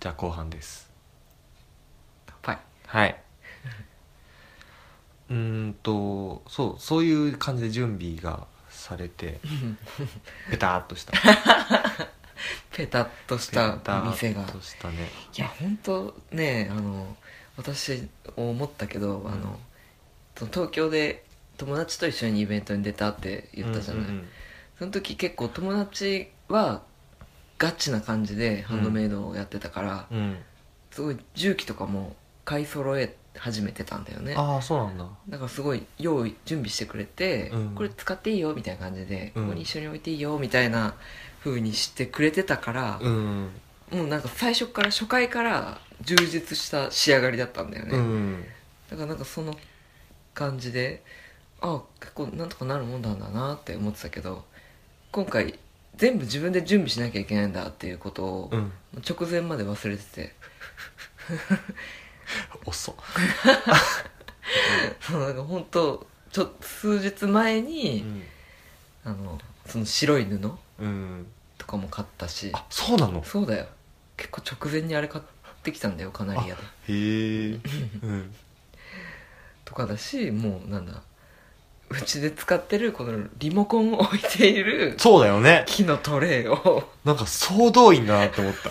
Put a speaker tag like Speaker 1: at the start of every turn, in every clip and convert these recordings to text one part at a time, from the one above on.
Speaker 1: じゃあ後半です
Speaker 2: 乾杯
Speaker 1: はいうーんとそうそういう感じで準備がされてペターっとした
Speaker 2: ペタッとし
Speaker 1: ペタ
Speaker 2: た
Speaker 1: ー
Speaker 2: 店が
Speaker 1: っとしたね
Speaker 2: いや本当ねあの私思ったけど、あのその東京で友達と一緒にイベントに出たって言ったじゃない、
Speaker 1: うんうんうん
Speaker 2: その時結構友達はガチな感じでハンドメイドをやってたから、
Speaker 1: うん、
Speaker 2: すごい重機とかも買い揃え始めてたんだよね
Speaker 1: ああそうなんだ
Speaker 2: だからすごい用意準備してくれて、
Speaker 1: うん
Speaker 2: これ使っていいよみたいな感じで、
Speaker 1: うん
Speaker 2: ここに一緒に置いていいよみたいな風にしてくれてたから、
Speaker 1: うん、
Speaker 2: もうなんか最初から初回から充実した仕上がりだったんだよね、
Speaker 1: うん、
Speaker 2: だからなんかその感じでああ結構なんとかなるもんなんだなって思ってたけど今回全部自分で準備しなきゃいけないんだっていうことを
Speaker 1: うん、
Speaker 2: 直前まで忘れてて、
Speaker 1: 遅っ
Speaker 2: そうなんか本当ちょ数日前
Speaker 1: う
Speaker 2: に、
Speaker 1: ん、
Speaker 2: あのその白い布
Speaker 1: うん、
Speaker 2: とかも買ったし
Speaker 1: あそうなの
Speaker 2: そうだよ結構直前にあれ買ってきたんだよカナリアで
Speaker 1: へ え、うん、
Speaker 2: とかだしもうなんだうちで使ってるこのリモコンを置いている
Speaker 1: そうだよね
Speaker 2: 木のトレイを
Speaker 1: なんか総動員だなって思った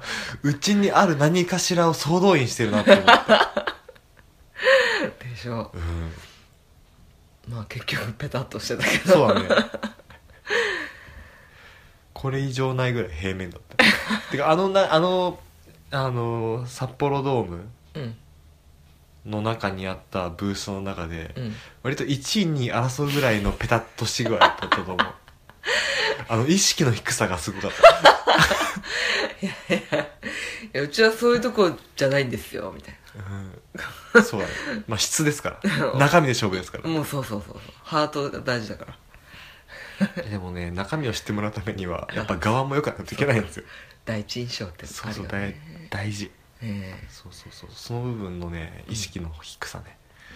Speaker 1: うちにある何かしらを総動員してるなって思 った、
Speaker 2: でしょ
Speaker 1: うん、
Speaker 2: まあ結局ペタッとしてたけど
Speaker 1: そうだねこれ以上ないぐらい平面だったてかあのなあのあの札幌ドーム
Speaker 2: うん
Speaker 1: の中にあったブースの中で、
Speaker 2: うん
Speaker 1: 割と1位に争うぐらいのペタッとし具合だったと思うあの意識の低さがすごかった
Speaker 2: いやうちはそういうとこじゃないんですよみたい
Speaker 1: うんそうだねまあ質ですから中身で勝負ですから
Speaker 2: なもうそうそうそうそうハートが大事だから
Speaker 1: でもね中身を知ってもらうためにはやっぱ側も良かったといけないんですよ
Speaker 2: 第一印象って
Speaker 1: そう
Speaker 2: ある
Speaker 1: そ
Speaker 2: よ
Speaker 1: う
Speaker 2: ね
Speaker 1: 大大事
Speaker 2: ええ
Speaker 1: そうそうそうその部分のね意識の低さね、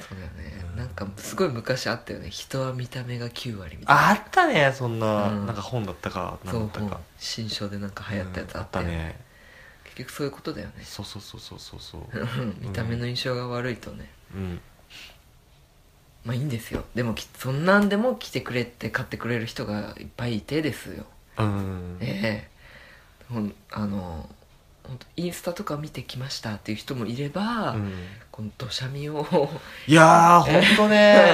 Speaker 2: そうだよね、なんかすごい昔あったよね人は見た目が9割みたいな
Speaker 1: ああったねそんな、
Speaker 2: うん
Speaker 1: なんか本だったか何
Speaker 2: そ
Speaker 1: だ
Speaker 2: う
Speaker 1: ったか
Speaker 2: 新書でなんか流行ったやつ
Speaker 1: うん
Speaker 2: あ
Speaker 1: あ
Speaker 2: っ,、
Speaker 1: ったたね
Speaker 2: 結局そういうことだよね
Speaker 1: そうそうそうそうそうそう
Speaker 2: 見た目の印象が悪いとね、
Speaker 1: うん
Speaker 2: まあいいんですよでもきそんなんでも来てくれって買ってくれる人がいっぱいいてですよ
Speaker 1: うん、
Speaker 2: ええほんあのほんとインスタとか見てきましたっていう人もいれば、
Speaker 1: うん
Speaker 2: この土砂みを、
Speaker 1: いやーほんとね
Speaker 2: はい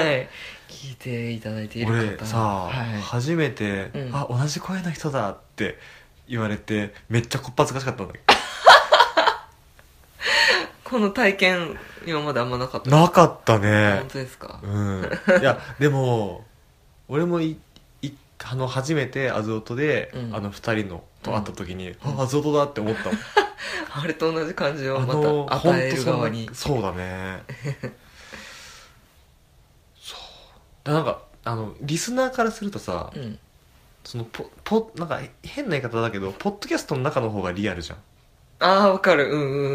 Speaker 2: 聞いていただい ている方
Speaker 1: 俺さ、
Speaker 2: は
Speaker 1: 初めて、
Speaker 2: うん
Speaker 1: あ同じ声の人だって言われてめっちゃこっぱずかしかったんだけ
Speaker 2: い、この体験今まであんまなかった
Speaker 1: どなかったね
Speaker 2: 本当ですか、
Speaker 1: うんいやでも俺もいいあの初めてアズオトで、
Speaker 2: うん
Speaker 1: あの2人のと会った時に、
Speaker 2: ん
Speaker 1: あアズオトだって思ったもん
Speaker 2: あれと同じ感じを
Speaker 1: あ
Speaker 2: ま
Speaker 1: の
Speaker 2: た
Speaker 1: ほん
Speaker 2: 与え
Speaker 1: と
Speaker 2: る
Speaker 1: そん
Speaker 2: 側
Speaker 1: な
Speaker 2: に
Speaker 1: そうだね そうだなんかあのリスナーからするとさ、
Speaker 2: うん
Speaker 1: そのポポなんか変な言い方だけどポッドキャストの中の方がリアルじゃん
Speaker 2: ああわかるうんうんうんう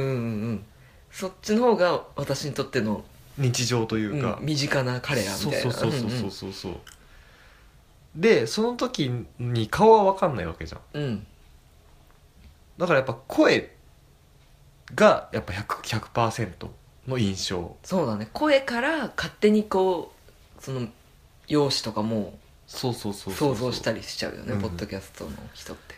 Speaker 2: んそっちの方が私にとっての、
Speaker 1: 日常というか、
Speaker 2: うん身近な彼らみ
Speaker 1: そう
Speaker 2: たい
Speaker 1: そ
Speaker 2: な
Speaker 1: うそうそう
Speaker 2: うん
Speaker 1: そうそうそうでその時に顔は分かんないわけじゃん
Speaker 2: うん、うん
Speaker 1: だからやっぱ声がやっぱ 100%, 100の印象
Speaker 2: そうだね声から勝手にこうその容姿とかも
Speaker 1: そうそうそう
Speaker 2: 想像した
Speaker 1: り
Speaker 2: りしちゃうよね
Speaker 1: うん
Speaker 2: ポッドキャストの人って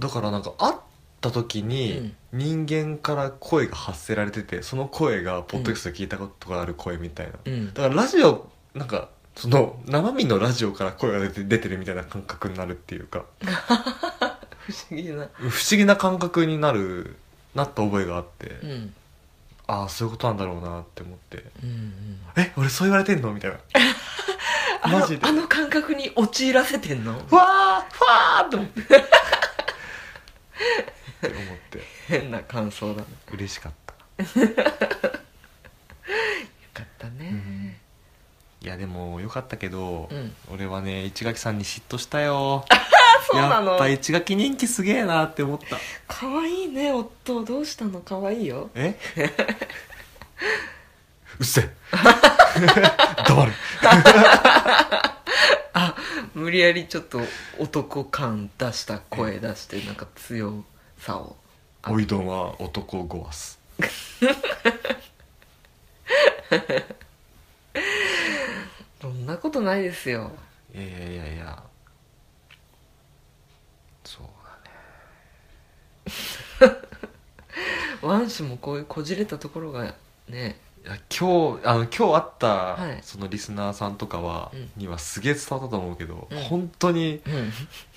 Speaker 1: だからなんか会った時に人間から声が発せられててその声がポッドキャストで聞いたことがある声みたいな、
Speaker 2: うん
Speaker 1: だからラジオなんかその生身のラジオから声が出て出てるみたいな感覚になるっていうか
Speaker 2: 不思議な
Speaker 1: 不思議な感覚になるなった覚えがあって、
Speaker 2: うんうん
Speaker 1: ああそういうことなんだろうなって思って
Speaker 2: うん
Speaker 1: え俺そう言われてんのみたいな
Speaker 2: あの
Speaker 1: マジで
Speaker 2: あの感覚に陥らせてんの
Speaker 1: ふわーふわーって思 ってって思って
Speaker 2: 変な感想だねよ
Speaker 1: 嬉しかった、
Speaker 2: かったね
Speaker 1: いやでもよかったけど、
Speaker 2: うん
Speaker 1: 俺はね市垣さんに嫉妬したよ
Speaker 2: そうな
Speaker 1: や
Speaker 2: の
Speaker 1: っぱ市垣人気すげえなって思 った
Speaker 2: 可愛いね夫どうしたの可愛いよ
Speaker 1: えうっせえ黙れ
Speaker 2: 無理やりちょっと男感出した声出してなんか強さをあ
Speaker 1: おいどんは男をごわす
Speaker 2: そんなことないですよ
Speaker 1: いやいやいやいやそうだね
Speaker 2: ワン氏もこういうこじれたところがね
Speaker 1: いや今日あの今日会った、
Speaker 2: はい
Speaker 1: そのリスナーさんとかは、
Speaker 2: うん
Speaker 1: にはすげえ伝わったと思うけど、
Speaker 2: うん
Speaker 1: 本当に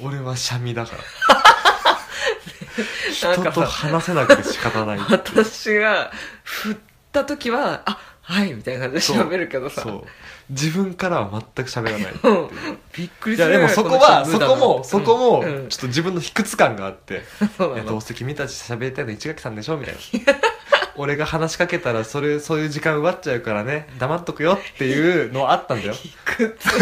Speaker 2: うん
Speaker 1: 俺はシャミだから
Speaker 2: な
Speaker 1: 人
Speaker 2: んか
Speaker 1: と話せなくて仕方 ない
Speaker 2: 私が振った時はあはいみたいな感じで喋るけどさ
Speaker 1: そう自分からは全く喋らない
Speaker 2: うんびっくり
Speaker 1: い
Speaker 2: す
Speaker 1: や
Speaker 2: る
Speaker 1: で
Speaker 2: ぐら
Speaker 1: も
Speaker 2: い
Speaker 1: そこ
Speaker 2: の人
Speaker 1: は
Speaker 2: 無
Speaker 1: そ
Speaker 2: 駄
Speaker 1: こ
Speaker 2: だ
Speaker 1: もそこも
Speaker 2: う
Speaker 1: ち
Speaker 2: ん
Speaker 1: ょ
Speaker 2: うん
Speaker 1: っと自分の卑屈感があって
Speaker 2: そう
Speaker 1: い
Speaker 2: な
Speaker 1: やど
Speaker 2: の
Speaker 1: うせ君たち喋りたいの市垣さんでしょみたいな 俺が話しかけたらそれそういう時間奪っちゃうからね黙っとくよっていうのはあったんだよ
Speaker 2: 卑屈
Speaker 1: い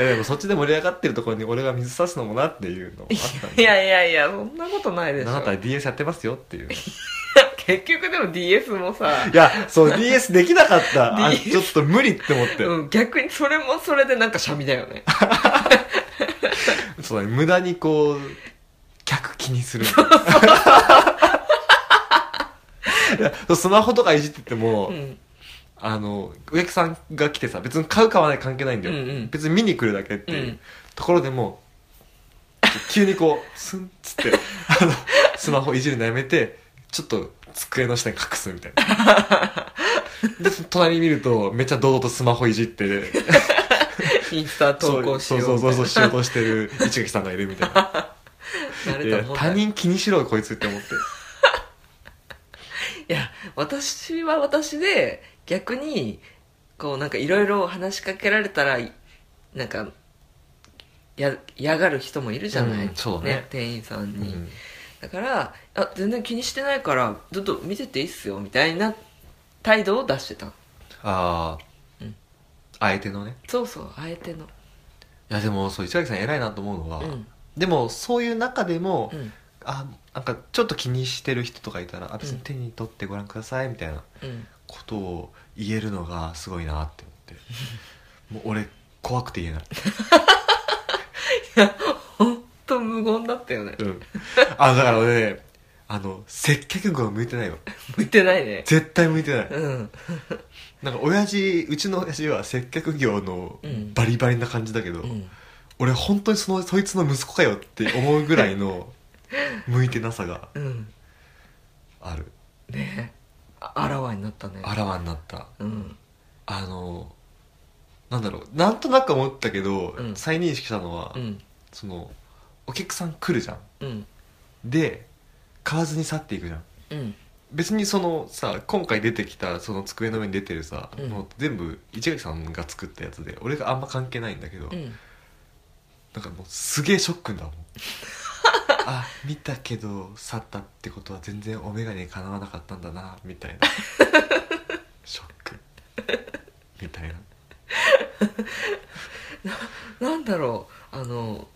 Speaker 1: やでもそっちで盛り上がってるところに俺が水差すのもなっていうのもあったん
Speaker 2: い
Speaker 1: だよ
Speaker 2: やいやいやそんなことないでし
Speaker 1: あなたは
Speaker 2: ょ
Speaker 1: DS やってますよっていうい
Speaker 2: 結局でも DS もさ
Speaker 1: やそう DS できなかった あ
Speaker 2: DS
Speaker 1: ちょっと無理って思って、
Speaker 2: うん、逆にそれもそれでなんかシャミだよね
Speaker 1: そうだね無駄にこう客気にする いやそうスマホとかいじってても、
Speaker 2: うん
Speaker 1: あの植木さんが来てさ別に買う買わない関係ないんだよ、
Speaker 2: うんうん
Speaker 1: 別に見に来るだけっていう、
Speaker 2: うん
Speaker 1: ところでもう急にこうスンッつってあのスマホいじるのやめてちょっと机の下に隠すみたいなで隣見るとめっちゃ堂々とスマホいじって
Speaker 2: インスタ投稿しよう
Speaker 1: そうそうそうそう
Speaker 2: み
Speaker 1: した
Speaker 2: い
Speaker 1: ようとしてる市垣さんがいるみたいな
Speaker 2: な慣
Speaker 1: い
Speaker 2: れ
Speaker 1: や
Speaker 2: たもんだ
Speaker 1: 他
Speaker 2: よ
Speaker 1: 人気にしろよこいつって思って
Speaker 2: いや私は私で逆にこうなんかいろいろ話しかけられたらなんかや嫌がる人もいるじゃない、
Speaker 1: うんそうだね
Speaker 2: 店員さん
Speaker 1: う
Speaker 2: に、
Speaker 1: ん
Speaker 2: だからあ全然気にしてないからずっと見てていいっすよみたいな態度を出してた
Speaker 1: ああ
Speaker 2: うん
Speaker 1: 相手のね
Speaker 2: そうそう相手の
Speaker 1: いやでもそう市垣さん偉いなと思うのは、
Speaker 2: うん
Speaker 1: でもそういう中でも、
Speaker 2: うん
Speaker 1: あなんかちょっと気にしてる人とかいたら「あ別に手に取ってご覧ください」みたいな
Speaker 2: うん
Speaker 1: ことを言えるのがすごいなって 思ってもう俺怖くて言えない、
Speaker 2: 本当無言だったよね
Speaker 1: うん、あだから俺ねあの接客業向いてないよ
Speaker 2: 向いてないね
Speaker 1: 絶対向いてない
Speaker 2: うん
Speaker 1: なんか親父うちの親父は接客業の
Speaker 2: うん
Speaker 1: バリバリな感じだけど、
Speaker 2: うん
Speaker 1: 俺本当にそのそいつの息子かよって思うぐらいの向いてなさが
Speaker 2: うん
Speaker 1: ある
Speaker 2: ねああらわになったね
Speaker 1: あらわになった
Speaker 2: うん
Speaker 1: あのなんだろうなんとなく思ったけど、
Speaker 2: うん
Speaker 1: 再認識したのは、
Speaker 2: うん
Speaker 1: そのお客さん来るじゃん
Speaker 2: うん
Speaker 1: で買わずに去っていくじゃん
Speaker 2: うん
Speaker 1: 別にそのさ今回出てきたその机の上に出てるさ、
Speaker 2: うん
Speaker 1: もう全部市垣さんが作ったやつで俺があんま関係ないんだけど、
Speaker 2: うん
Speaker 1: なんかもうすげえショックだもん あ見たけど去ったってことは全然お眼鏡にかなわなかったんだなみたいなショックみたいな
Speaker 2: なんだろうあの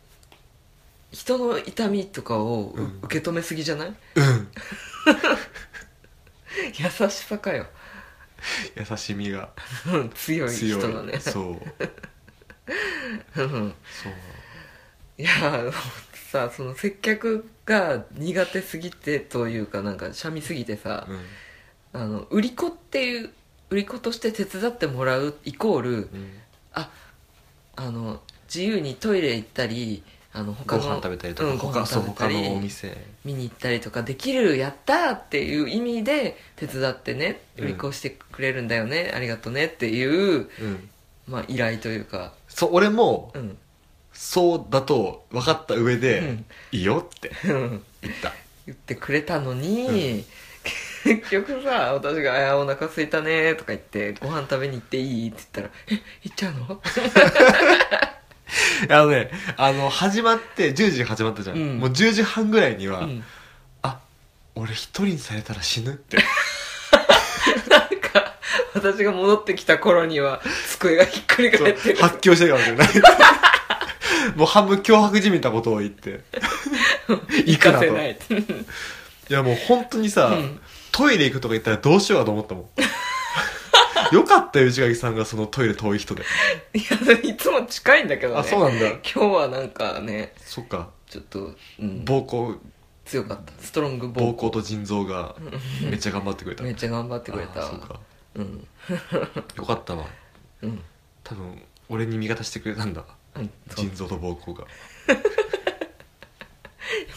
Speaker 2: 人の痛みとかをう、
Speaker 1: うん
Speaker 2: 受け止めすぎじゃない
Speaker 1: うん
Speaker 2: 優しさかよ
Speaker 1: 優しみが
Speaker 2: うん強い
Speaker 1: 強
Speaker 2: 人
Speaker 1: い
Speaker 2: だね
Speaker 1: そう
Speaker 2: うん
Speaker 1: そう
Speaker 2: いやさその接客が苦手すぎてというかなんかしゃみすぎてさ、
Speaker 1: う
Speaker 2: あの売り子っていう売り子として手伝ってもらうイコール
Speaker 1: ん、うん、
Speaker 2: ああの自由にトイレ行ったりあの他
Speaker 1: ご
Speaker 2: の
Speaker 1: 飯食べたりとか、
Speaker 2: うん、ご飯
Speaker 1: そう
Speaker 2: 食べたり
Speaker 1: 他のお店
Speaker 2: 見に行ったりとかできるやったーっていう意味で手伝ってね
Speaker 1: うん
Speaker 2: 売り子してくれるんだよね、ありがとねっていう、
Speaker 1: うん
Speaker 2: まあ、依頼というか、
Speaker 1: そう俺も
Speaker 2: うん、
Speaker 1: そうだと分かった上で、
Speaker 2: うん
Speaker 1: いいよって
Speaker 2: 言
Speaker 1: 言った
Speaker 2: ってくれたのに、結局さ私があー「お腹空いたね」とか言って「ご飯食べに行っていい?」って言ったら「え行っちゃうの?
Speaker 1: あのね、あの、始まって、10時に始まったじゃん。
Speaker 2: うん
Speaker 1: もう10時半ぐらいに」は、
Speaker 2: うん、
Speaker 1: あ、俺一人にされたら死ぬ って。
Speaker 2: なんか私が戻ってきた頃には机がひっくり
Speaker 1: そう
Speaker 2: 返ってる
Speaker 1: 発狂してるかもしれ ない。もう半分脅迫じみたことを言 って。行く
Speaker 2: 行か
Speaker 1: なと。
Speaker 2: せ
Speaker 1: い
Speaker 2: ない
Speaker 1: やもう本当にさ、
Speaker 2: うん
Speaker 1: トイレ行くとか言ったらどうしようかと思ったも ん。よかったよ、内垣さんがそのトイレ遠い人で。
Speaker 2: いやいつも近いんだけどね
Speaker 1: あ、そうなんだ。
Speaker 2: 今日はなんかね
Speaker 1: そっか。
Speaker 2: ちょっと、うん、
Speaker 1: 膀胱
Speaker 2: 強かったストロング
Speaker 1: 膀
Speaker 2: 膀
Speaker 1: 胱と腎臓がめっちゃ頑張ってくれた
Speaker 2: 胱めっちゃ頑張ってくれ
Speaker 1: あ
Speaker 2: た
Speaker 1: ーそうか
Speaker 2: うん
Speaker 1: よかったわ
Speaker 2: うん
Speaker 1: 多分俺に味方してくれたんだ
Speaker 2: うんそう
Speaker 1: 腎臓と膀胱が
Speaker 2: よ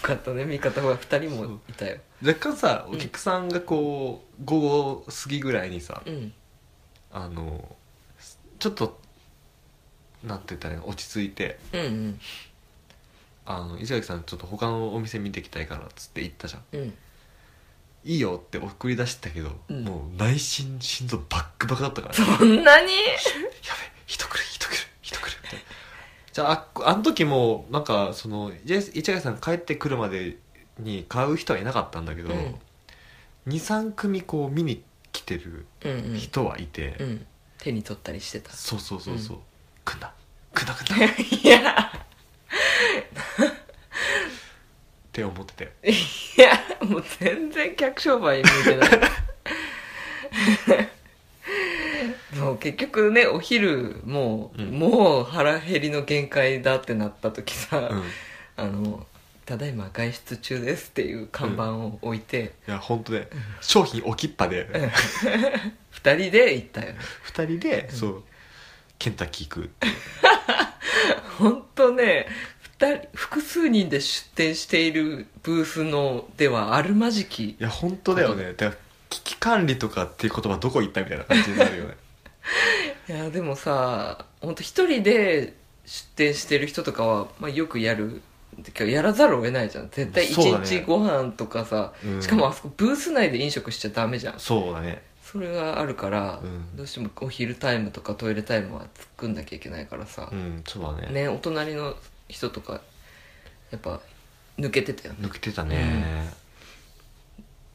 Speaker 2: かったね味方が2人もいたよ
Speaker 1: 若干さ
Speaker 2: ん
Speaker 1: お客さんがこう午後過ぎぐらいにさ
Speaker 2: うん
Speaker 1: あのちょっとなんて言ったらいいの落ち着いて
Speaker 2: うん
Speaker 1: 「あの石垣さんちょっと他のお店見てきたいから」っつって行ったじゃん
Speaker 2: うんうん
Speaker 1: 「いいよ」って送り出してたけど、
Speaker 2: うん
Speaker 1: もう内心心臓バックバクだったから「やべ
Speaker 2: そんなに
Speaker 1: 人来る人来る人来る」みたいなじゃああっこあの時もなんかそのい市垣さん帰ってくるまでに買う人はいなかったんだけど、
Speaker 2: うん
Speaker 1: 23組こう見に来てる
Speaker 2: うんうん
Speaker 1: 人はいて、
Speaker 2: うん手に取ったりしてた
Speaker 1: そうそうそうそう
Speaker 2: う
Speaker 1: 「来んだ来んだ来んだ」っ
Speaker 2: いや
Speaker 1: て思ってて
Speaker 2: いやもう全然客商売に向いてないもう結局ねお昼も
Speaker 1: う
Speaker 2: う、
Speaker 1: ん
Speaker 2: もう腹減りの限界だってなった時さ、
Speaker 1: うんい
Speaker 2: あの「ただいま外出中です」っていう看板を置いて、
Speaker 1: や本当ね商品置きっぱで、
Speaker 2: 2人で行ったよね
Speaker 1: 二人で、そうケンタッキー行くって
Speaker 2: 本当ね二人複数人で出店しているブースのではあるまじき
Speaker 1: いや本当だよねだから危機管理とかっていう言葉どこ行ったみたいな感じになるよ ね
Speaker 2: いやでもさ本当一人で出店してる人とかは、まあ、よくやるてかやらざるを得ないじゃん絶対一
Speaker 1: そうだね
Speaker 2: 日ご飯とかさ、
Speaker 1: うん
Speaker 2: しかもあそこブース内で飲食しちゃダメじゃん
Speaker 1: そうだね
Speaker 2: それがあるから、
Speaker 1: うん
Speaker 2: どうしてもお昼タイムとかトイレタイムは作んなきゃいけないからさ
Speaker 1: う、んそうだね
Speaker 2: ねお隣の人とかやっぱ抜けてたよね
Speaker 1: 抜けてたね、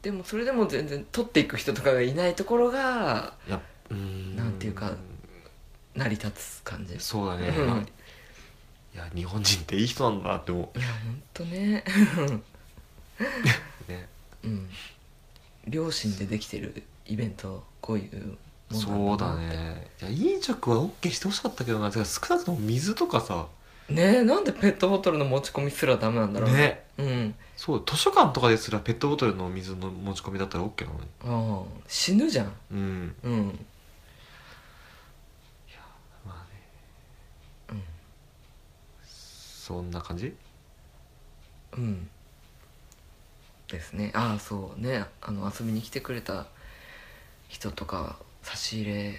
Speaker 2: でもそれでも全然取っていく人とかがいないところが
Speaker 1: いやうん
Speaker 2: なんていうか成り立つ感じ
Speaker 1: そうだね、
Speaker 2: うん
Speaker 1: まあいや日本人っていい人なんだなって思
Speaker 2: いや本当ね
Speaker 1: うね
Speaker 2: うん両親でできてるイベントこういうも
Speaker 1: そ
Speaker 2: ん
Speaker 1: うだ
Speaker 2: な
Speaker 1: ねいや飲食は OK してほしかったけどなてか少なくとも水とかさ
Speaker 2: ねえなんでペットボトルの持ち込みすらダメなんだろう
Speaker 1: ね
Speaker 2: うん
Speaker 1: そう図書館とかですらペットボトルのお水の持ち込みだったら OK なのに
Speaker 2: ああ死ぬじゃん
Speaker 1: うん
Speaker 2: うん
Speaker 1: まあね
Speaker 2: うん
Speaker 1: そんな感じ
Speaker 2: うんですねああそうねあの遊びに来てくれた人とか差し入れ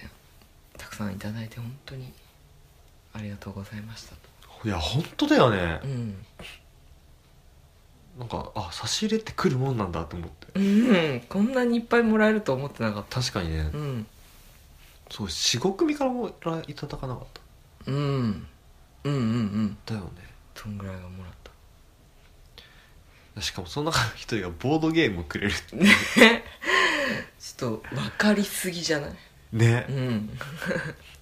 Speaker 2: たくさんいただいて本当にありがとうございました
Speaker 1: いや本当だよね
Speaker 2: とうん
Speaker 1: なんかあ差し入れって来るもんなんだと思って
Speaker 2: うんこんなにいっぱいもらえると思ってなかっ
Speaker 1: 確かにね
Speaker 2: たうん
Speaker 1: そう45組からもらいただかなかっ
Speaker 2: うんうんうんうん
Speaker 1: ただよ
Speaker 2: そんぐらいはもらった
Speaker 1: ねしかもその中の一人がボードゲームをくれるって
Speaker 2: ちょっと分かりすぎじゃない
Speaker 1: ね
Speaker 2: うん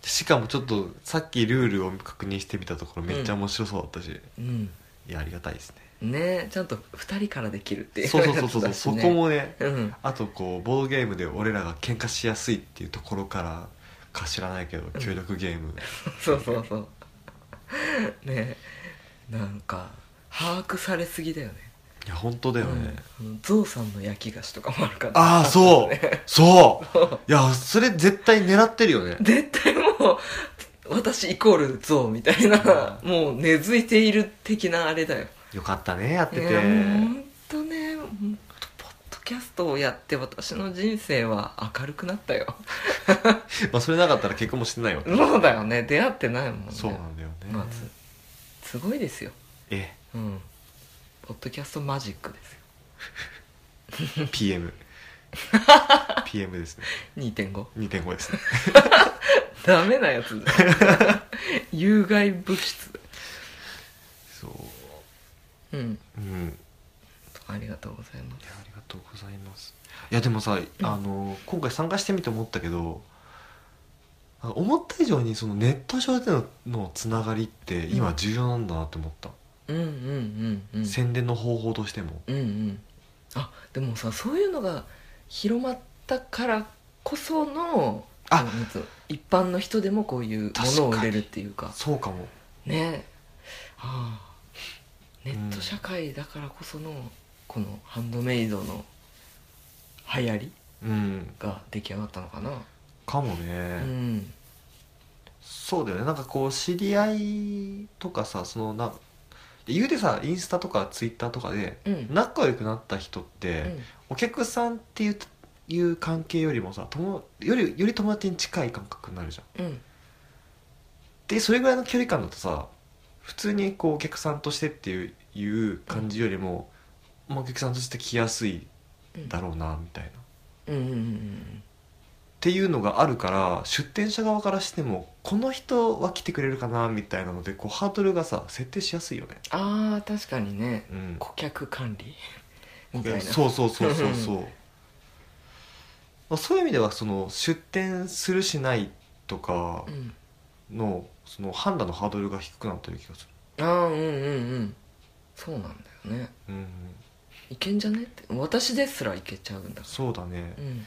Speaker 1: しかもちょっとさっきルールを確認してみたところめっちゃ面白そうだったし、
Speaker 2: うん
Speaker 1: いやありがたいです
Speaker 2: ねちゃんと2人からできるってい
Speaker 1: ね
Speaker 2: う
Speaker 1: そうそうそうそう、
Speaker 2: やつ
Speaker 1: そ
Speaker 2: だしね
Speaker 1: こもね
Speaker 2: うん
Speaker 1: あとこうボードゲームで俺らが喧嘩しやすいっていうところからか知らないけど協力ゲーム、
Speaker 2: そうそうそうねえなんか把握されすぎだよね
Speaker 1: いや本当だよね、
Speaker 2: うんあのゾウさんの焼き菓子とかもあるから
Speaker 1: ああそう
Speaker 2: ね
Speaker 1: そういやそれ絶対狙ってるよね
Speaker 2: 絶対もう私イコールゾウみたいなもう根付いている的なあれだよ
Speaker 1: よかったねやって
Speaker 2: い
Speaker 1: て、
Speaker 2: やもうほんとねほんとポッドキャストをやって私の人生は明るくなったよ
Speaker 1: まあそれなかったら結婚もしてないわけ
Speaker 2: そうだよね出会ってないもんね
Speaker 1: そうなんだよね、
Speaker 2: まあつすごいですよ
Speaker 1: え
Speaker 2: うんポッドキャストマジックですよ
Speaker 1: PM PM ですね
Speaker 2: 2.5
Speaker 1: 2.5ですね
Speaker 2: ダメなや つだ有害物質
Speaker 1: そう
Speaker 2: うん
Speaker 1: うん
Speaker 2: ありがとうございま
Speaker 1: い
Speaker 2: す
Speaker 1: やありがとうございますいやでもさ、あの今回参加してみて思ったけどなんか思った以上にそのネット上でののつながりって今重要なんだなって思った、
Speaker 2: うんうんうんうん
Speaker 1: 宣伝の方法としても
Speaker 2: うんうんあでもさそういうのが広まったからこその
Speaker 1: あ
Speaker 2: なんつうの一般の人でもこういうもの
Speaker 1: 確
Speaker 2: を売
Speaker 1: かに
Speaker 2: れるっていうか
Speaker 1: そうかも
Speaker 2: ねはあネット社会だからこそのこのハンドメイドの流行り
Speaker 1: うん
Speaker 2: が出来上がったのかな、
Speaker 1: かも
Speaker 2: う
Speaker 1: ね、
Speaker 2: ん、
Speaker 1: そうだよねなんかこう知り合いとかさそのな言うてさインスタとかツイッターとかで
Speaker 2: うんうん
Speaker 1: 仲良くなった人って、お客さんっていういう関係よりもさ友よりより友達に近い感覚になるじゃん
Speaker 2: うん
Speaker 1: でそれぐらいの距離感だとさ普通にこうお客さんとしてっていういう感じよりも、まあ、お客さんとして来やすい
Speaker 2: うん
Speaker 1: だろうなみたいな、っ
Speaker 2: うんうんうん
Speaker 1: ていうのがあるから出店者側からしてもこの人は来てくれるかなみたいなのでこうハードルがさ設定しやすいよね、
Speaker 2: あー確かにね
Speaker 1: うん、
Speaker 2: 顧客管 理みたいな
Speaker 1: そうそうそうそうそうまあそういう意味ではその出店するしないとか
Speaker 2: うん、
Speaker 1: のその判断のハードルが低くなってる気がす
Speaker 2: ああうんうんうんそうなんだよね
Speaker 1: るうん
Speaker 2: いけんじゃねって私ですらいけちゃうんだか
Speaker 1: そうだね
Speaker 2: らうん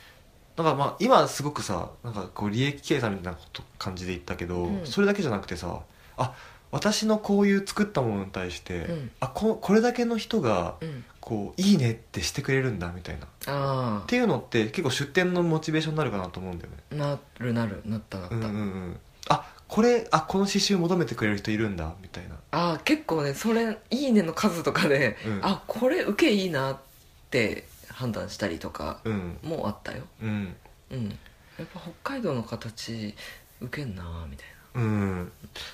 Speaker 1: だからまあ今すごくさなんかこう利益計算みたいなこと感じで言ったけど、
Speaker 2: うん
Speaker 1: それだけじゃなくてさあ私のこういう作ったものに対して、
Speaker 2: うん
Speaker 1: あここれだけの人が
Speaker 2: うん
Speaker 1: こういいねってしてくれるんだみたいなっ
Speaker 2: あ
Speaker 1: ていうのって結構出店のモチベーションになるかなと思うんだよね
Speaker 2: あなるなるなったなった、
Speaker 1: うんうんうんあこれあこの刺繍求めてくれる人いるんだみたいな
Speaker 2: ああ結構ねそれ「いいね」の数とかで、
Speaker 1: うん
Speaker 2: あこれ受けいいなって判断したりとか
Speaker 1: うん
Speaker 2: もあったよ
Speaker 1: うん
Speaker 2: うんやっぱ北海道の形受けんなみたい
Speaker 1: うん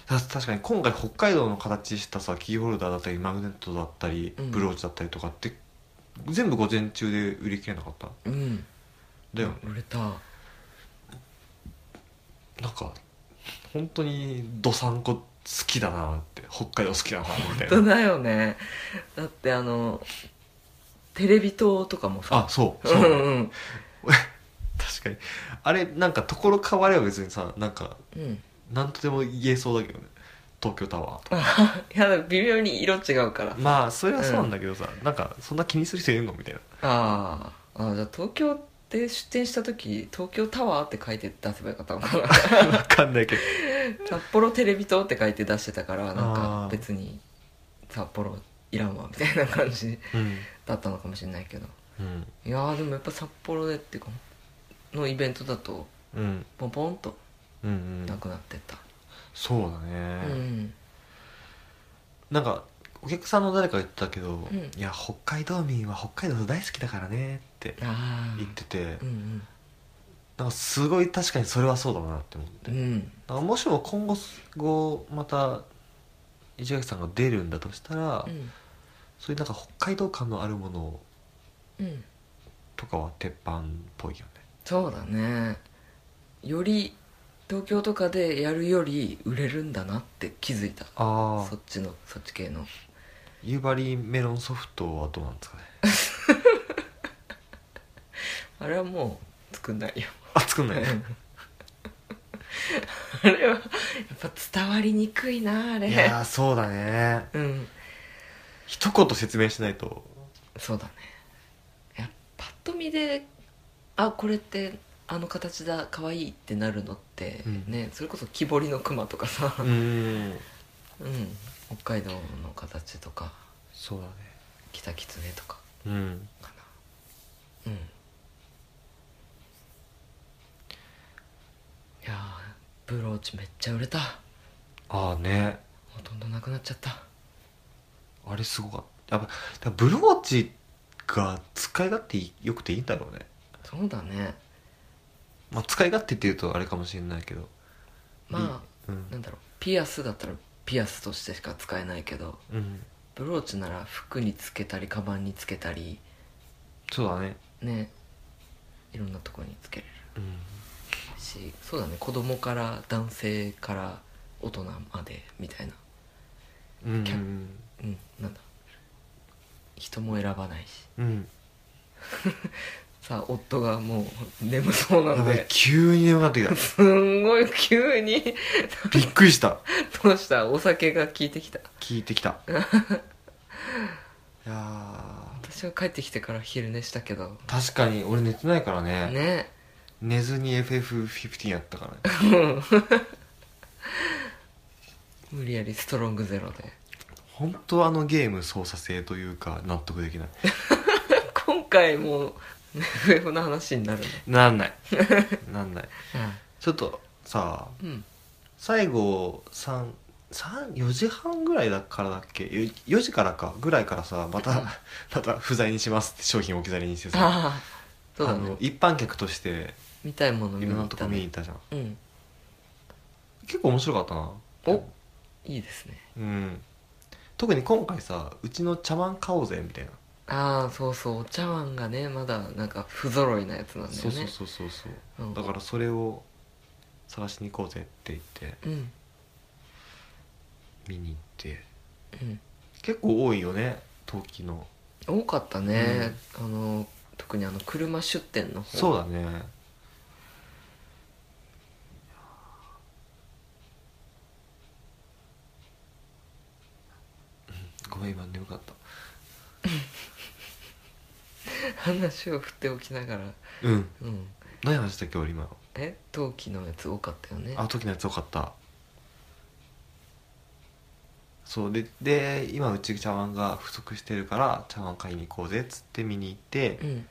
Speaker 1: た確かに今回北海道の形したさキーホルダーだったりマグネットだったり
Speaker 2: うん
Speaker 1: ブローチだったりとかって、全部午前中で売り切れなかった
Speaker 2: なうん
Speaker 1: だよね
Speaker 2: 売れた
Speaker 1: なんか本当にどさんこ好きだなって北海道好きだなみた
Speaker 2: 本当
Speaker 1: いな
Speaker 2: だよねだってあのテレビ塔とかも
Speaker 1: あ
Speaker 2: さ
Speaker 1: そう
Speaker 2: う
Speaker 1: そ
Speaker 2: ん
Speaker 1: う
Speaker 2: うん
Speaker 1: 確かにあれなんかところ変われば別にさなんか
Speaker 2: うん
Speaker 1: なんとでも言えそうだけどね東京タワーとか
Speaker 2: あいや微妙に色違うから
Speaker 1: まあそれはそうなんだけどさ、なんかそんな気にする人いるのみたいな
Speaker 2: あーあーじゃあ東京で出店した時東京タワーって書いて出せばよかったの かな
Speaker 1: わかんないけど
Speaker 2: 札幌テレビ塔って書いて出してたからなんか
Speaker 1: あー
Speaker 2: 別に札幌いらんわみたいな感じ
Speaker 1: うん、
Speaker 2: だったのかもしれないけど
Speaker 1: うん
Speaker 2: いやーでもやっぱ札幌でっていうかのイベントだと
Speaker 1: うん
Speaker 2: ポンポンと
Speaker 1: うんうん
Speaker 2: なくなってった
Speaker 1: そうだ
Speaker 2: う
Speaker 1: ね、
Speaker 2: ん
Speaker 1: なんかお客さんの誰か言ってたけど、
Speaker 2: ん
Speaker 1: いや北海道民は北海道大好きだからねって
Speaker 2: ああ
Speaker 1: 言ってて、
Speaker 2: うん
Speaker 1: なんかすごい確かにそれはそうだなって思って、
Speaker 2: うんうん
Speaker 1: なんかもしも今後後また市垣さんが出るんだとしたら、
Speaker 2: うん
Speaker 1: そういうなんか北海道感のあるもの
Speaker 2: うん
Speaker 1: とかは鉄板っぽいよね
Speaker 2: そうだねより東京とかでやるより売れるんだなって気づいた
Speaker 1: あ
Speaker 2: そっちのそっち系の
Speaker 1: 夕張メロンソフトはどうなん ですかね
Speaker 2: あれはもう作んないよ
Speaker 1: あ作んない
Speaker 2: あれはやっぱ伝わりにくいなあ れ
Speaker 1: いやーそうだね
Speaker 2: うん
Speaker 1: 一言説明しないと
Speaker 2: そうだねいやパッと見であこれってあの形だ可愛いってなるのって、
Speaker 1: うん
Speaker 2: ねそれこそ木彫りの熊とかさ、
Speaker 1: うーん
Speaker 2: うん、北海道の形とか
Speaker 1: そうだね
Speaker 2: 北狐とか
Speaker 1: うん
Speaker 2: かなうんいやーブローチめっちゃ売れた
Speaker 1: ああね
Speaker 2: ほとんどなくなっちゃった
Speaker 1: あれすごかったやっぱだからブローチが使い勝手よくていいんだろうね
Speaker 2: そうだね
Speaker 1: まあ使い勝手っていうとあれかもしれないけど
Speaker 2: ま
Speaker 1: う
Speaker 2: あなんんだろうピアスだったらピアスとしてしか使えないけど
Speaker 1: うん
Speaker 2: ブローチなら服につけたりカバンにつけたり
Speaker 1: そうだね
Speaker 2: ねいろんなとこにつけれ
Speaker 1: うん
Speaker 2: るしそうだね子供から男性から大人までみたいな
Speaker 1: うん
Speaker 2: キャうんなんだ人も選ばないし
Speaker 1: うん
Speaker 2: さあ夫がもう眠そうな
Speaker 1: や
Speaker 2: の
Speaker 1: ばい
Speaker 2: で
Speaker 1: 急に眠くな ってきた
Speaker 2: すんごい急に
Speaker 1: びっくりした
Speaker 2: どうしたお酒が効いてきた
Speaker 1: 聞いてき たいやー
Speaker 2: 私は帰ってきてから昼寝したけど
Speaker 1: 確かに俺寝てないからね
Speaker 2: ね
Speaker 1: 寝ずに FF15 やったから ね
Speaker 2: 無理やりストロングゼロで
Speaker 1: 本当あのゲーム操作性というか納得できない
Speaker 2: 今回もう FF の話になるね
Speaker 1: なん ないなんないちょっとさ
Speaker 2: うん
Speaker 1: 最後三三4時半ぐらいだからだっけよ4時からかぐらいからさま たまた不在にしますって商品を置き去りにしてさ
Speaker 2: ああそうだ
Speaker 1: あの
Speaker 2: ね
Speaker 1: 一般客として
Speaker 2: 見たいもの
Speaker 1: い
Speaker 2: 見
Speaker 1: ろん
Speaker 2: に行
Speaker 1: な
Speaker 2: っ
Speaker 1: と
Speaker 2: た
Speaker 1: こ見に
Speaker 2: ね
Speaker 1: 行ったじゃん
Speaker 2: うん
Speaker 1: 結構面白かったな
Speaker 2: おいいですね
Speaker 1: うん特に今回さうちの茶碗買おうぜみたいな、
Speaker 2: ああそうそうお茶碗がねまだなんか不揃いなやつなんだよね
Speaker 1: そうそうそうそうそう
Speaker 2: うん
Speaker 1: だからそれを探しに行こうぜって言って
Speaker 2: うん
Speaker 1: 見に行って
Speaker 2: うん
Speaker 1: 結構多いよね陶器の
Speaker 2: 多かったね、あの特にあの車出店の方
Speaker 1: そうだねごめん今眠かった
Speaker 2: 話を振っておきながら
Speaker 1: うん
Speaker 2: うん
Speaker 1: 何話したっけ俺今
Speaker 2: え陶器のやつ多かったよね
Speaker 1: あの時のやつよかったそうでで今うち茶碗が不足してるから茶碗買いに行こうぜっつって見に行って
Speaker 2: う、ん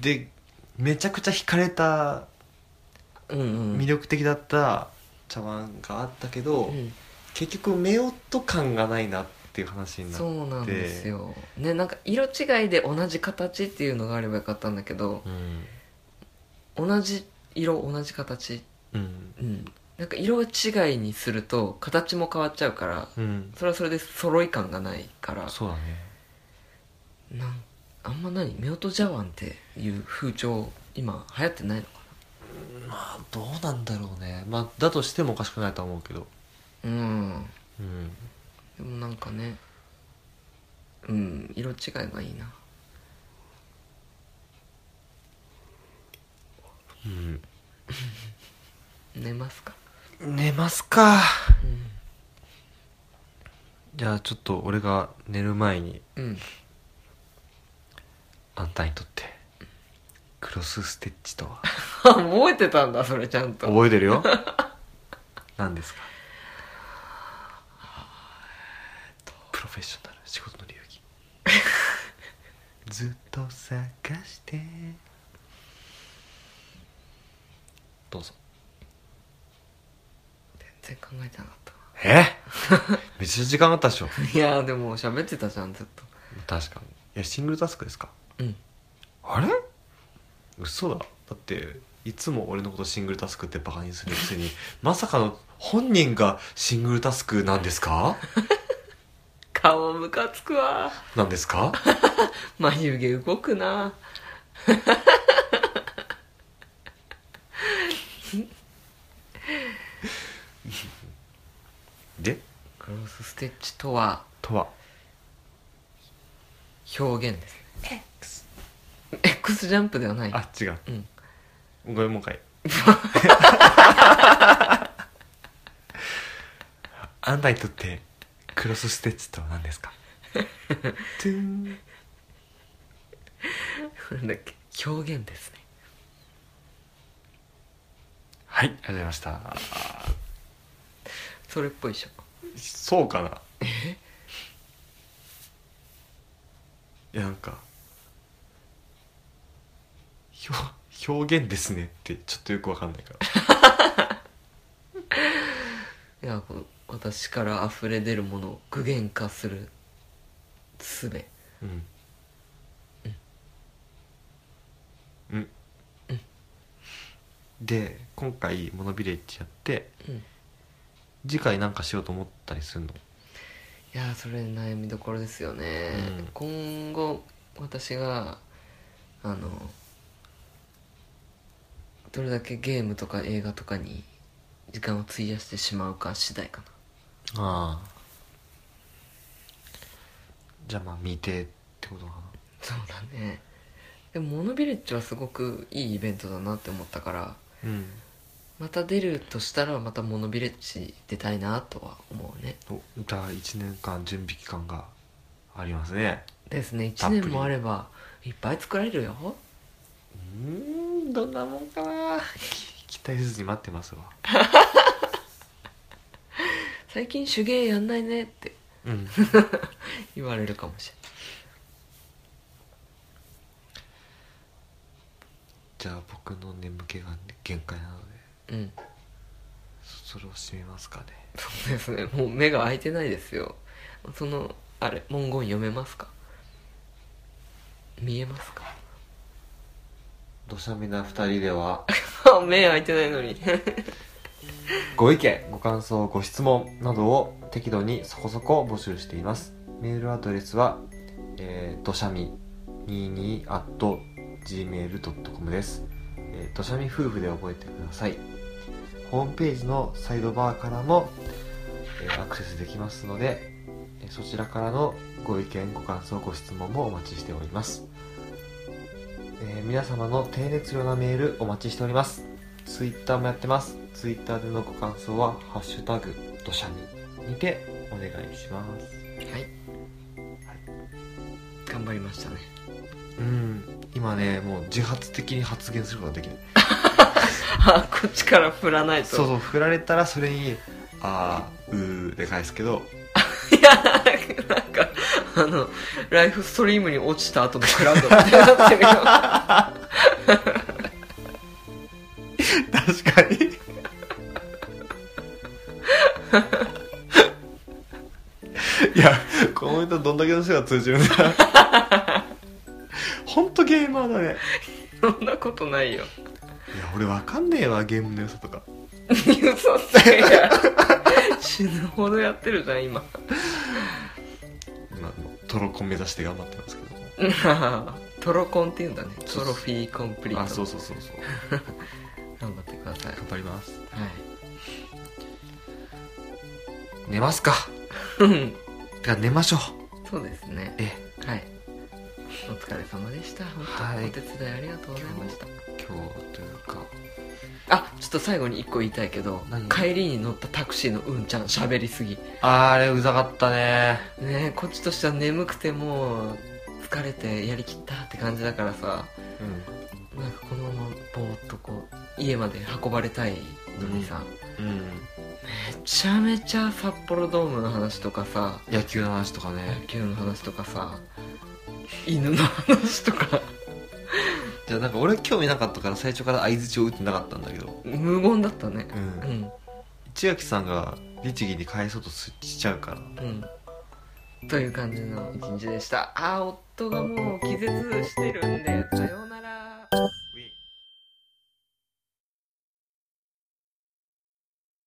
Speaker 1: でめちゃくちゃ惹かれた
Speaker 2: うんうん
Speaker 1: 魅力的だった茶碗があったけど、
Speaker 2: うん
Speaker 1: 結局目音感がないなっていう話にな
Speaker 2: そ
Speaker 1: る
Speaker 2: うなんですよねなんか色違いで同じ形っていうのがあればよかったんだけど
Speaker 1: うん、
Speaker 2: 同じ色同じ形
Speaker 1: うん
Speaker 2: うんなんか色違いにすると形も変わっちゃうから
Speaker 1: うん、
Speaker 2: それはそれで揃い感がないから
Speaker 1: そうだね
Speaker 2: なんあんま何夫婦茶碗っていう風潮今流行ってないのか
Speaker 1: まあどうなんだろうねまあだとしてもおかしくないとは思うけど
Speaker 2: なうん
Speaker 1: うん
Speaker 2: でもなんかねうん色違いがいいな
Speaker 1: うん
Speaker 2: 寝ますか
Speaker 1: 寝ますか
Speaker 2: う
Speaker 1: じゃあちょっと俺が寝る前に
Speaker 2: ん、うん、
Speaker 1: あんたにとってクロスステッチとは
Speaker 2: 覚えてたんだそれちゃんと
Speaker 1: 覚えてる よ何ですかプロフェッショナル仕事の流 儀ずっと探してどうぞ
Speaker 2: 全然考えてなかっ
Speaker 1: え めっちゃ時間あったでしょ
Speaker 2: たいやーでも喋ってたじゃんずっ
Speaker 1: 確かにいやシングルタスクですか
Speaker 2: とうん
Speaker 1: あれ嘘だだっていつも俺のことシングルタスクってバカにするくせにまさかの本人がシングルタスクなんですか
Speaker 2: 顔ムカつくわ
Speaker 1: なんですか
Speaker 2: 眉毛動くな
Speaker 1: で
Speaker 2: クロスステッチとは
Speaker 1: とは
Speaker 2: 表現です X ジャンプではない
Speaker 1: あ違う
Speaker 2: うん
Speaker 1: ごめんもう一 回あんたにとってクロスステッチとは何 ですかトゥーン
Speaker 2: なんだっけ表現ですね
Speaker 1: はいありがとうございましたあ
Speaker 2: それっぽいでしょ
Speaker 1: ーそうかなえいやなんかひょ表現ですねってちょっとよくわかんないから
Speaker 2: いやこの私から溢れ出るものを具現化する術
Speaker 1: うんうんで今回モノビレッジやって
Speaker 2: うんい
Speaker 1: 次回なんかしようと思ったりするの
Speaker 2: やーそれ悩みどころですよね、
Speaker 1: うん
Speaker 2: 今後私があのどれだけゲームとか映画とかに時間を費やしてしまうか次第かな
Speaker 1: ああじゃあまあ未定ってことか
Speaker 2: そうだねでもモノビレッジはすごくいいイベントだなって思ったから
Speaker 1: なうん
Speaker 2: また出るとしたらまたモノビレッジ出たいなとは思うね
Speaker 1: おじゃあ1年間準備期間がありますね
Speaker 2: ですね
Speaker 1: たっ
Speaker 2: 1
Speaker 1: ぷり
Speaker 2: 年もあればいっぱい作られるよ
Speaker 1: うんどんなもん かな期待せずに待ってますわ
Speaker 2: 最近手芸やんないねって
Speaker 1: うん
Speaker 2: 言われるかもし
Speaker 1: じゃあ僕の眠気が限界なので
Speaker 2: れないうん
Speaker 1: そそれを締めますかね
Speaker 2: そうですねもう目が開いてないですよそのあれ文言読めますか見えますか
Speaker 1: 土砂みな二人では
Speaker 2: 目開いてないのに
Speaker 1: ご意見ご感想ご質問などを適度にそこそこ募集していますメールアドレスはえーどしゃみ22 at gmail.com です、えー、どしゃみ夫婦で覚えてくださいホームページのサイドバーからも、えーアクセスできますのでえーそちらからのご意見ご感想ご質問もお待ちしております、えー皆様の低熱量なメールお待ちしておりますツイッターもやってます。ツイッターでのご感想は、ハッシュタグ、土砂ににてお願いします。
Speaker 2: はい頑張りましたね
Speaker 1: うん。今ね、もう自発的に発言することができない。
Speaker 2: あこっちから振らないと
Speaker 1: そうそう、振られたらそれに、あー、うーで返すけ ど、
Speaker 2: いやなんかあのライフストリームに落ちた後のクラウドみたいになってるよ
Speaker 1: 確か に。いや、コメントどんだけの人が通じるんだ。 ほんとゲーマーだね。
Speaker 2: そんなことないよ
Speaker 1: いや、俺わかんねえわ、ゲームの良さとか。
Speaker 2: 嘘つけ や死ぬほどやってるじゃん今
Speaker 1: 今もうトロコン目指して頑張ってますけども
Speaker 2: トロコンっていうんだねト
Speaker 1: そうそう
Speaker 2: ロフィーコンプリート
Speaker 1: あそうそうそうそう
Speaker 2: 頑張ってください
Speaker 1: 頑張ります
Speaker 2: はい
Speaker 1: 寝ますか
Speaker 2: うん
Speaker 1: てか寝ましょう
Speaker 2: そうですね
Speaker 1: え
Speaker 2: はいお疲れ様でした本当、
Speaker 1: はい
Speaker 2: お手伝いありがとうございました
Speaker 1: 今日はというか
Speaker 2: あちょっと最後に一個言いたいけど
Speaker 1: 何
Speaker 2: 帰りに乗ったタクシーのうんちゃん喋りすぎ
Speaker 1: あーあれうざかったね
Speaker 2: ねえこっちとしては眠くてもう疲れてやりきったって感じだからさなんかこのままぼーっとこう家まで運ばれたいのにさ、
Speaker 1: うん、うん、
Speaker 2: めちゃめちゃ札幌ドームの話とかさ
Speaker 1: 野球の話とか
Speaker 2: 野
Speaker 1: ね
Speaker 2: 球の話とかさ犬の話とか
Speaker 1: じゃあなんか俺興味なかったから最初から相槌を打ってなかったんだけど
Speaker 2: 無言だったね
Speaker 1: う
Speaker 2: うんん
Speaker 1: 千秋さんが律儀に返そうとしちゃうから
Speaker 2: うんという感じの一日でしたあー夫がもう気絶してるんでさようなら